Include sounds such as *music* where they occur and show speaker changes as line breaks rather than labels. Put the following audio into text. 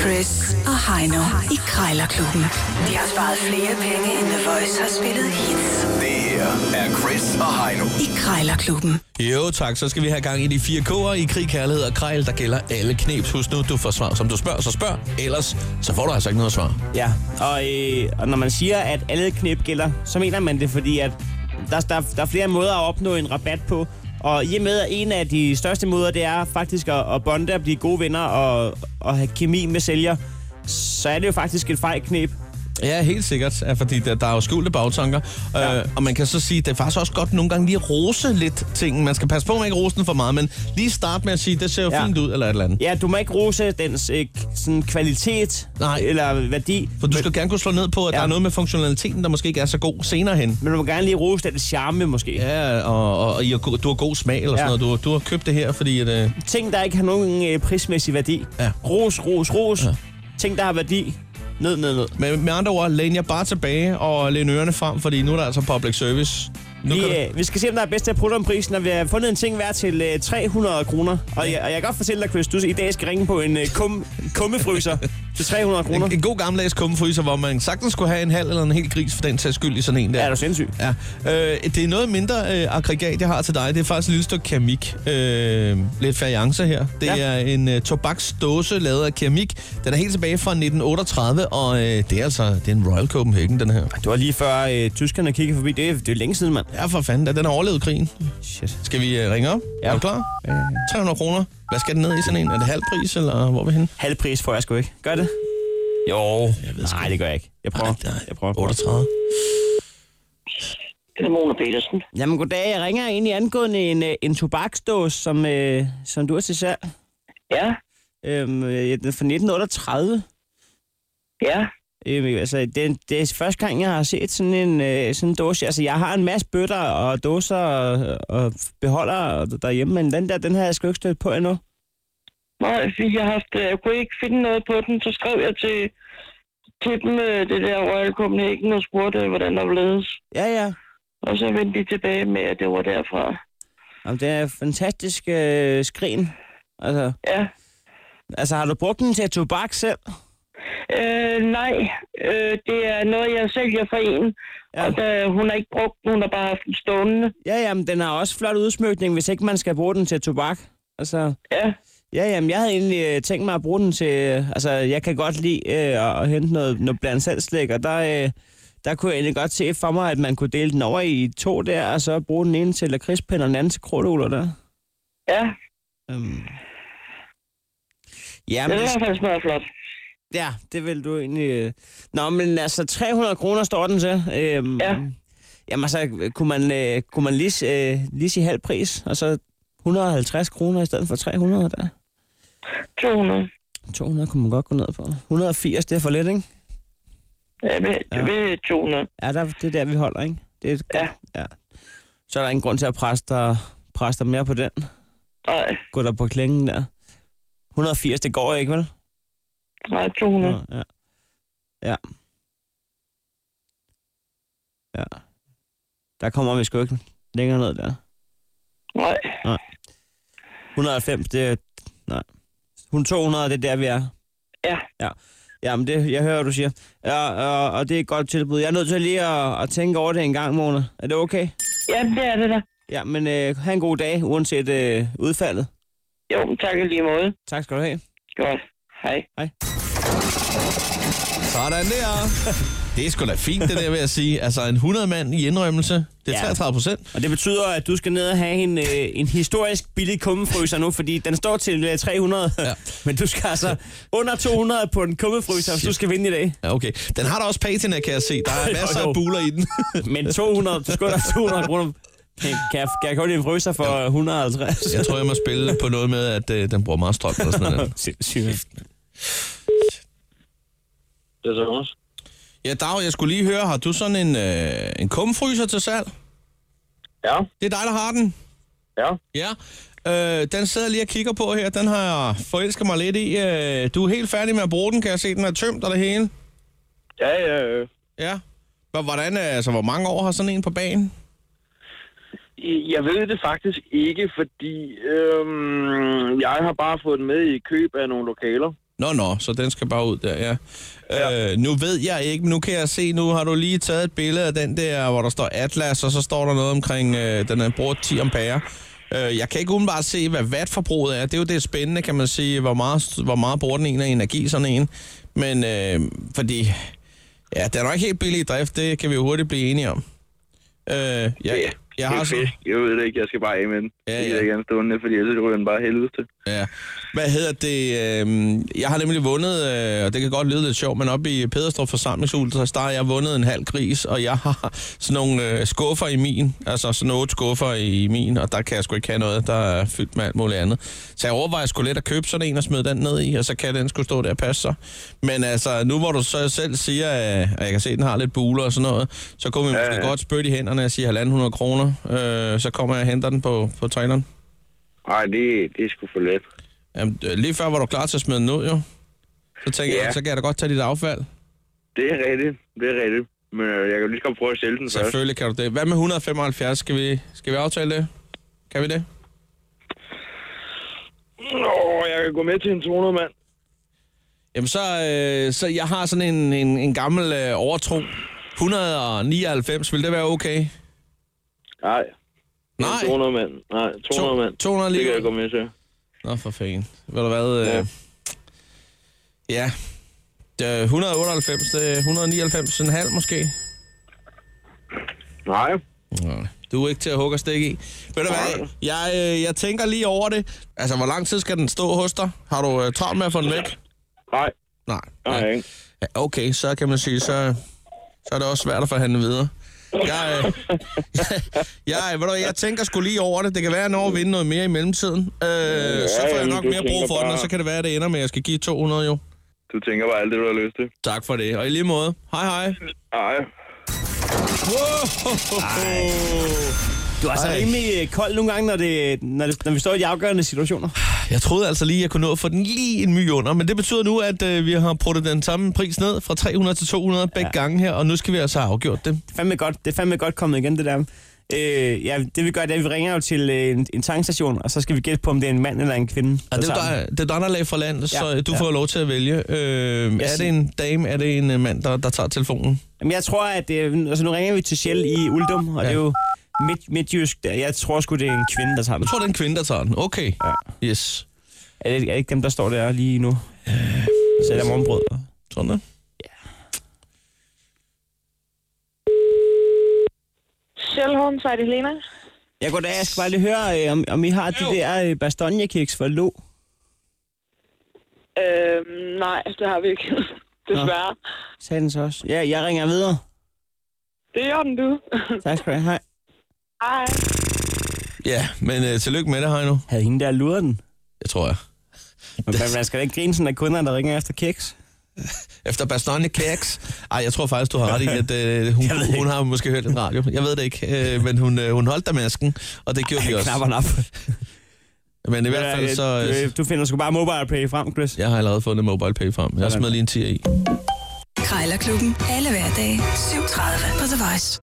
Chris og Heino i Krejlerklubben. De har sparet flere penge, end The Voice har spillet hits
Det her er Chris og Heino.
i Krejlerklubben.
Jo tak, så skal vi have gang i de fire K'er i krig, kærlighed og krejl, der gælder alle knep. Husk nu, du får svar, som du spørger, så spørg. Ellers, så får du altså ikke noget svar.
Ja, og, øh, og når man siger, at alle knep gælder, så mener man det, fordi at der, der, der er flere måder at opnå en rabat på. Og i og med, at en af de største måder, det er faktisk at, at bonde og blive gode venner og, og have kemi med sælger, så er det jo faktisk et fejl knep.
Ja, helt sikkert, ja, fordi der, der er jo skjulte bagtanker. Ja. Øh, og man kan så sige, det er faktisk også godt nogle gange lige at rose lidt tingen. Man skal passe på med ikke at rose den for meget, men lige starte med at sige, det ser jo ja.
Ja.
fint ud, eller et eller andet.
Ja, du må ikke rose dens øh, k- sådan kvalitet
Nej.
eller værdi,
For du skal gerne kunne slå ned på, at ja.
Ja.
der er noget med funktionaliteten, der måske ikke er så god senere hen.
men du må gerne lige rose dens charme måske.
Ja, og, og, og I har go- du har god smag eller
Ja.
sådan noget. Du, du har købt det her, fordi... At, øh,
Ting, der ikke har nogen øh, prismæssig værdi.
Ja.
Ros, ros, ros.
Ja.
Ja. Ting, der har værdi. Ned, ned, ned.
med, med andre ord, læn jer bare tilbage og læn ørerne frem, fordi nu er der altså public service. Nu
Vi,
kan du-
øh, vi skal se, om der er bedst til at prutte om prisen, og vi har fundet en ting værd til øh, 300 kroner. Og, jeg, og jeg kan godt fortælle dig, Chris, du i dag skal ringe på en øh, kum, kummefryser til 300 *laughs* kroner.
En, en god gammeldags kummefryser, hvor man sagtens skulle have en halv eller en hel gris for den sags skyld i sådan en der.
Er du sindssyg?
Ja. Øh, det er noget mindre øh, aggregat, jeg har til dig. Det er faktisk et lille stykke keramik. Øh, lidt feriancer her. Det ja.
Ja.
er en øh, tobaksdåse lavet af keramik. Den er helt tilbage fra 1938, og øh, det er altså det er en Royal Copenhagen, den her.
Det var lige før øh, tyskerne kiggede forbi. Det, er- det er længe siden, mand.
Ja, for fanden da. Den har overlevet krigen.
Shit.
Skal vi øh, ringe op?
Ja.
Er du klar? 300 kroner. Hvad skal den ned i sådan en? Er det halv pris, eller hvor er vi henne?
Halv pris får jeg sgu ikke. Gør det? Jo. Nej, det gør jeg ikke. Jeg prøver.
Nej, nej.
Jeg prøver.
38.
Det er Mona Petersen.
Jamen, goddag. Jeg ringer egentlig angående en, øh, en tobaksdås, som, øh, som du har til salg.
Ja,
Øhm, øh, den er fra 1938.
ja,
Øhm, altså, det, det er første gang, jeg har set sådan en, øh, sådan en dåse. Altså, jeg har en masse bøtter og dåser og, og beholder derhjemme, men den der, den har jeg sgu ikke stødt på endnu.
nej, fordi jeg, har haft, øh, jeg kunne ikke finde noget på den, så skrev jeg til, til dem øh, det der Royal Copenhagen og spurgte, øh, hvordan der var ledes.
Ja, ja.
Og så vendte de tilbage med, at det var derfra.
Jamen, det er en fantastisk øh, skrin. Altså,
Ja.
altså, har du brugt den til tobak selv?
Øh, nej, øh, det er noget, jeg sælger for en.
Ja.
Ja. Og da, hun har ikke brugt den, hun har bare haft den stående.
Ja, jamen, den har også flot udsmykning, hvis ikke man skal bruge den til tobak. Altså,
Ja,
ja, jamen, jeg havde egentlig øh, tænkt mig at bruge den til... Øh, altså, jeg kan godt lide øh, at hente noget, noget blandt selv slik, og der, øh, der kunne jeg egentlig godt se for mig, at man kunne dele den over i to der, og så bruge den ene til lakridspind og den anden til krudtugler der.
ja,
Øhm.
det
Jamen,
er i hvert fald meget flot.
ja, det vil du egentlig... Øh. Nå, men altså, 300 kroner står den til. Øhm,
Ja.
Jamen, så altså, kunne man, øh, kunne man lige, øh, lige sige halv pris, og så 150 kroner i stedet for 300 der.
200.
200 kunne man godt gå ned på. 180, det er for lidt, ikke?
Ja, ved,
Ja.
ja. ved 200.
Ja, der, det er der, vi holder, ikke? Det er et
Ja.
ja. Så er der ingen grund til at presse dig, presse dig mere på den.
Nej,
Gå der på klingen der. 180, det går ikke, vel?
nej, 200.
Nå, Ja. Ja. Ja. Der kommer vi sgu ikke længere ned der.
Nej,
190, det er... Nej. 200, det er der, vi er.
ja,
Jamen, det, jeg hører, hvad du siger. Ja, og, og det er et godt tilbud. Jeg er nødt til lige at, at tænke over det en gang, Mona. Er det okay?
ja, det er det der.
Ja, men øh, have en god dag, uanset øh, udfaldet.
Jo, tak i lige måde.
Tak skal du have.
Godt. Hej.
Sådan der. *laughs* Det er sgu da fint, det der, vil jeg sige. Altså, en 100 mand i indrømmelse, det er
Ja.
33 procent.
Og det betyder, at du skal ned og have en, øh, en historisk billig kummefryser nu, fordi den står til øh, 300,
Ja.
ja. *laughs* men du skal altså under 200 på en kummefryser, hvis du skal vinde i dag.
Ja, okay. Den har da også patina, kan jeg se. Der
*laughs*
er masser af buler i den.
Men 200, du skal under 200 kroner. Kan, kan, jeg, kan jeg købe en fryser for 150?
Jeg tror, jeg må spille på noget med, at øh, den bruger meget strøm eller sådan
*laughs*
noget.
Sindssygt.
Det er Thomas.
Ja, Dag, jeg skulle lige høre, har du sådan en, øh, en kumfryser til salg?
Ja,
Det er dig, der har den.
ja.
Ja. Øh, den sidder jeg lige og kigger på her. Den har jeg forelsket mig lidt i. Øh, du er helt færdig med at bruge den, kan jeg se. Den er tømt og det hele.
Ja, ja, øh.
Ja. Hvor- Hvordan, øh, altså, hvor mange år har sådan en på banen?
Jeg ved det faktisk ikke, fordi øhm, jeg har bare fået den med i køb af nogle lokaler.
Nå, nå, så den skal bare ud der, ja. ja. Øh, nu ved jeg ikke, men nu kan jeg se, nu har du lige taget et billede af den der, hvor der står Atlas, og så står der noget omkring, øh, den er brugt 10 ampere. Øh, jeg kan ikke umiddelbart se, hvad wattforbruget er. Det er jo det spændende, kan man sige, hvor meget, hvor meget bruger den en af energi, sådan en. Men øh, fordi, ja, den er nok ikke helt billig i drift, det kan vi jo hurtigt blive enige om. Øh, jeg, jeg har så,
Jeg ved det ikke, jeg skal bare af med den.
Ja,
Jeg
ja.
gider ikke andet stående, fordi ellers ryger den bare helvede til.
Ja. Hvad hedder det? øhm, Jeg har nemlig vundet, øh, og det kan godt lyde lidt sjovt, men oppe i Pederstrup forsamlingshul, så har jeg vundet en halv gris, og jeg har *laughs* sådan nogle øh, skuffer i min, altså sådan otte skuffer i min, og der kan jeg sgu ikke have noget, der er fyldt med alt muligt andet. Så jeg overvejer sgu lidt at købe sådan en og smide den ned i, og så kan den skulle stå der og passe sig. Men altså, nu hvor du så selv siger, øh, at jeg kan se, at den har lidt buler og sådan noget, så kunne vi måske
ja.
godt spytte i hænderne og sige 1.500 kroner, øh, så kommer jeg og henter den på, på traileren.
Nej, det, det er sgu for let.
Jamen, øh, lige før var du klar til at smide den ud, jo. Så tænker
Ja.
jeg, så kan jeg da godt tage dit affald.
Det er rigtigt, det er rigtigt. Men øh, jeg kan jo lige så godt prøve at sælge den først.
Selvfølgelig kan du det. Hvad med 175? Skal vi, skal vi aftale det? Kan vi det?
Nå, jeg kan gå med til en 200, mand.
Jamen, så, øh, så jeg har sådan en, en, en gammel øh, overtro. 199, vil det være okay?
Nej,
Nej,
200, mand. Nej, 200,
To-
mand.
200
Det kan
alligevel.
jeg gå med til.
Nå, for fanden. Ved du hvad? Øh,
Ja.
ja. Det er 198, det er 199, en halv måske.
Nej,
Nej. Du er ikke til at hugge og stikke i. Ved du hvad, jeg, øh, jeg tænker lige over det. Altså, hvor lang tid skal den stå hos dig? Har du øh, travlt med at få den væk?
nej,
Nej.
nej, ikke.
Ja, okay, så kan man sige, så, så er det også svært at forhandle videre. Jeg, øh, *laughs* jeg, ved du, hvad, jeg tænker sgu lige over det. Det kan være, at jeg når at vinde noget mere i mellemtiden. Øh, så får jeg
jamen,
nok
du
mere brug
tænker
for den, og
bare-
så kan det være, at det ender med, at jeg skal give 200 jo.
Du tænker bare alt det, du har lyst til.
Tak for det. Og i lige måde. Hej hej.
Nej.
Wow.
Du er altså
Ej.
rimelig øh, kold nogle gange, når, det, når, det, når vi står i de afgørende situationer.
Jeg troede altså lige, at jeg kunne nå at få den lige en my under, men det betyder nu, at øh, vi har pruttet den samme pris ned fra 300 til 200 begge ja. gange her, og nu skal vi altså have afgjort det.
Fandme godt, det er fandme godt kommet igen, det der. Øh, ja, det vi gør, det er, at vi ringer jo til øh, en, en tankstation, og så skal vi gætte på, om det er en mand eller en kvinde.
Og det, er
tager
jo dig, det er dig, der lagde fra land, så
Ja,
øh, du
ja.
får lov til at vælge. Øh, er det
siger-
en dame, er det en øh, mand, der, der tager telefonen?
den. Jamen, jeg tror, at det, altså, nu ringer vi til Shell i Uldum,
Ja.
og ja. det er jo midt, midtjysk. der. Jeg tror sgu, det er en kvinde, der tager den.
Jeg tror, det er en kvinde, der tager den. Okay.
Ja.
Yes.
Er det, er det ikke dem, der står der lige nu?
Øh.
Så er der morgenbrød.
Sådan der.
Sjælholm, så er det Helena.
Jeg går da, jeg skal bare lige høre, øh, om, om I har de der øh, bastonjekiks for lå.
Øhm, nej, det har vi ikke. *laughs* Desværre.
Sagde den så også. Ja, jeg ringer videre.
Det er den, du. *laughs*
Tak skal du have. Hej.
Hej.
Ja, men øh, tillykke med det, Heino.
Havde hende der
*laughs*
luret den?
Jeg tror jeg.
Men man- man skal da ikke grine sådan af kunder, der ringer efter kiks.
Efter Bastogne Keks. Ej, jeg tror faktisk, du har ret i, at øh, hun,
Jeg ved ikke.
hun har måske hørt en radio. Jeg ved det ikke, øh, men hun, øh, hun holdt der masken, og det gjorde vi også.
Knapper den op.
Men i hvert fald så...
Øh,
Øh,
øh, Du finder sgu bare mobile pay frem, Chris.
Jeg har allerede fundet mobile pay frem. Jeg smed lige en 10 i.
Krejlerklubben. Alle hverdage. 7.30 på The Voice.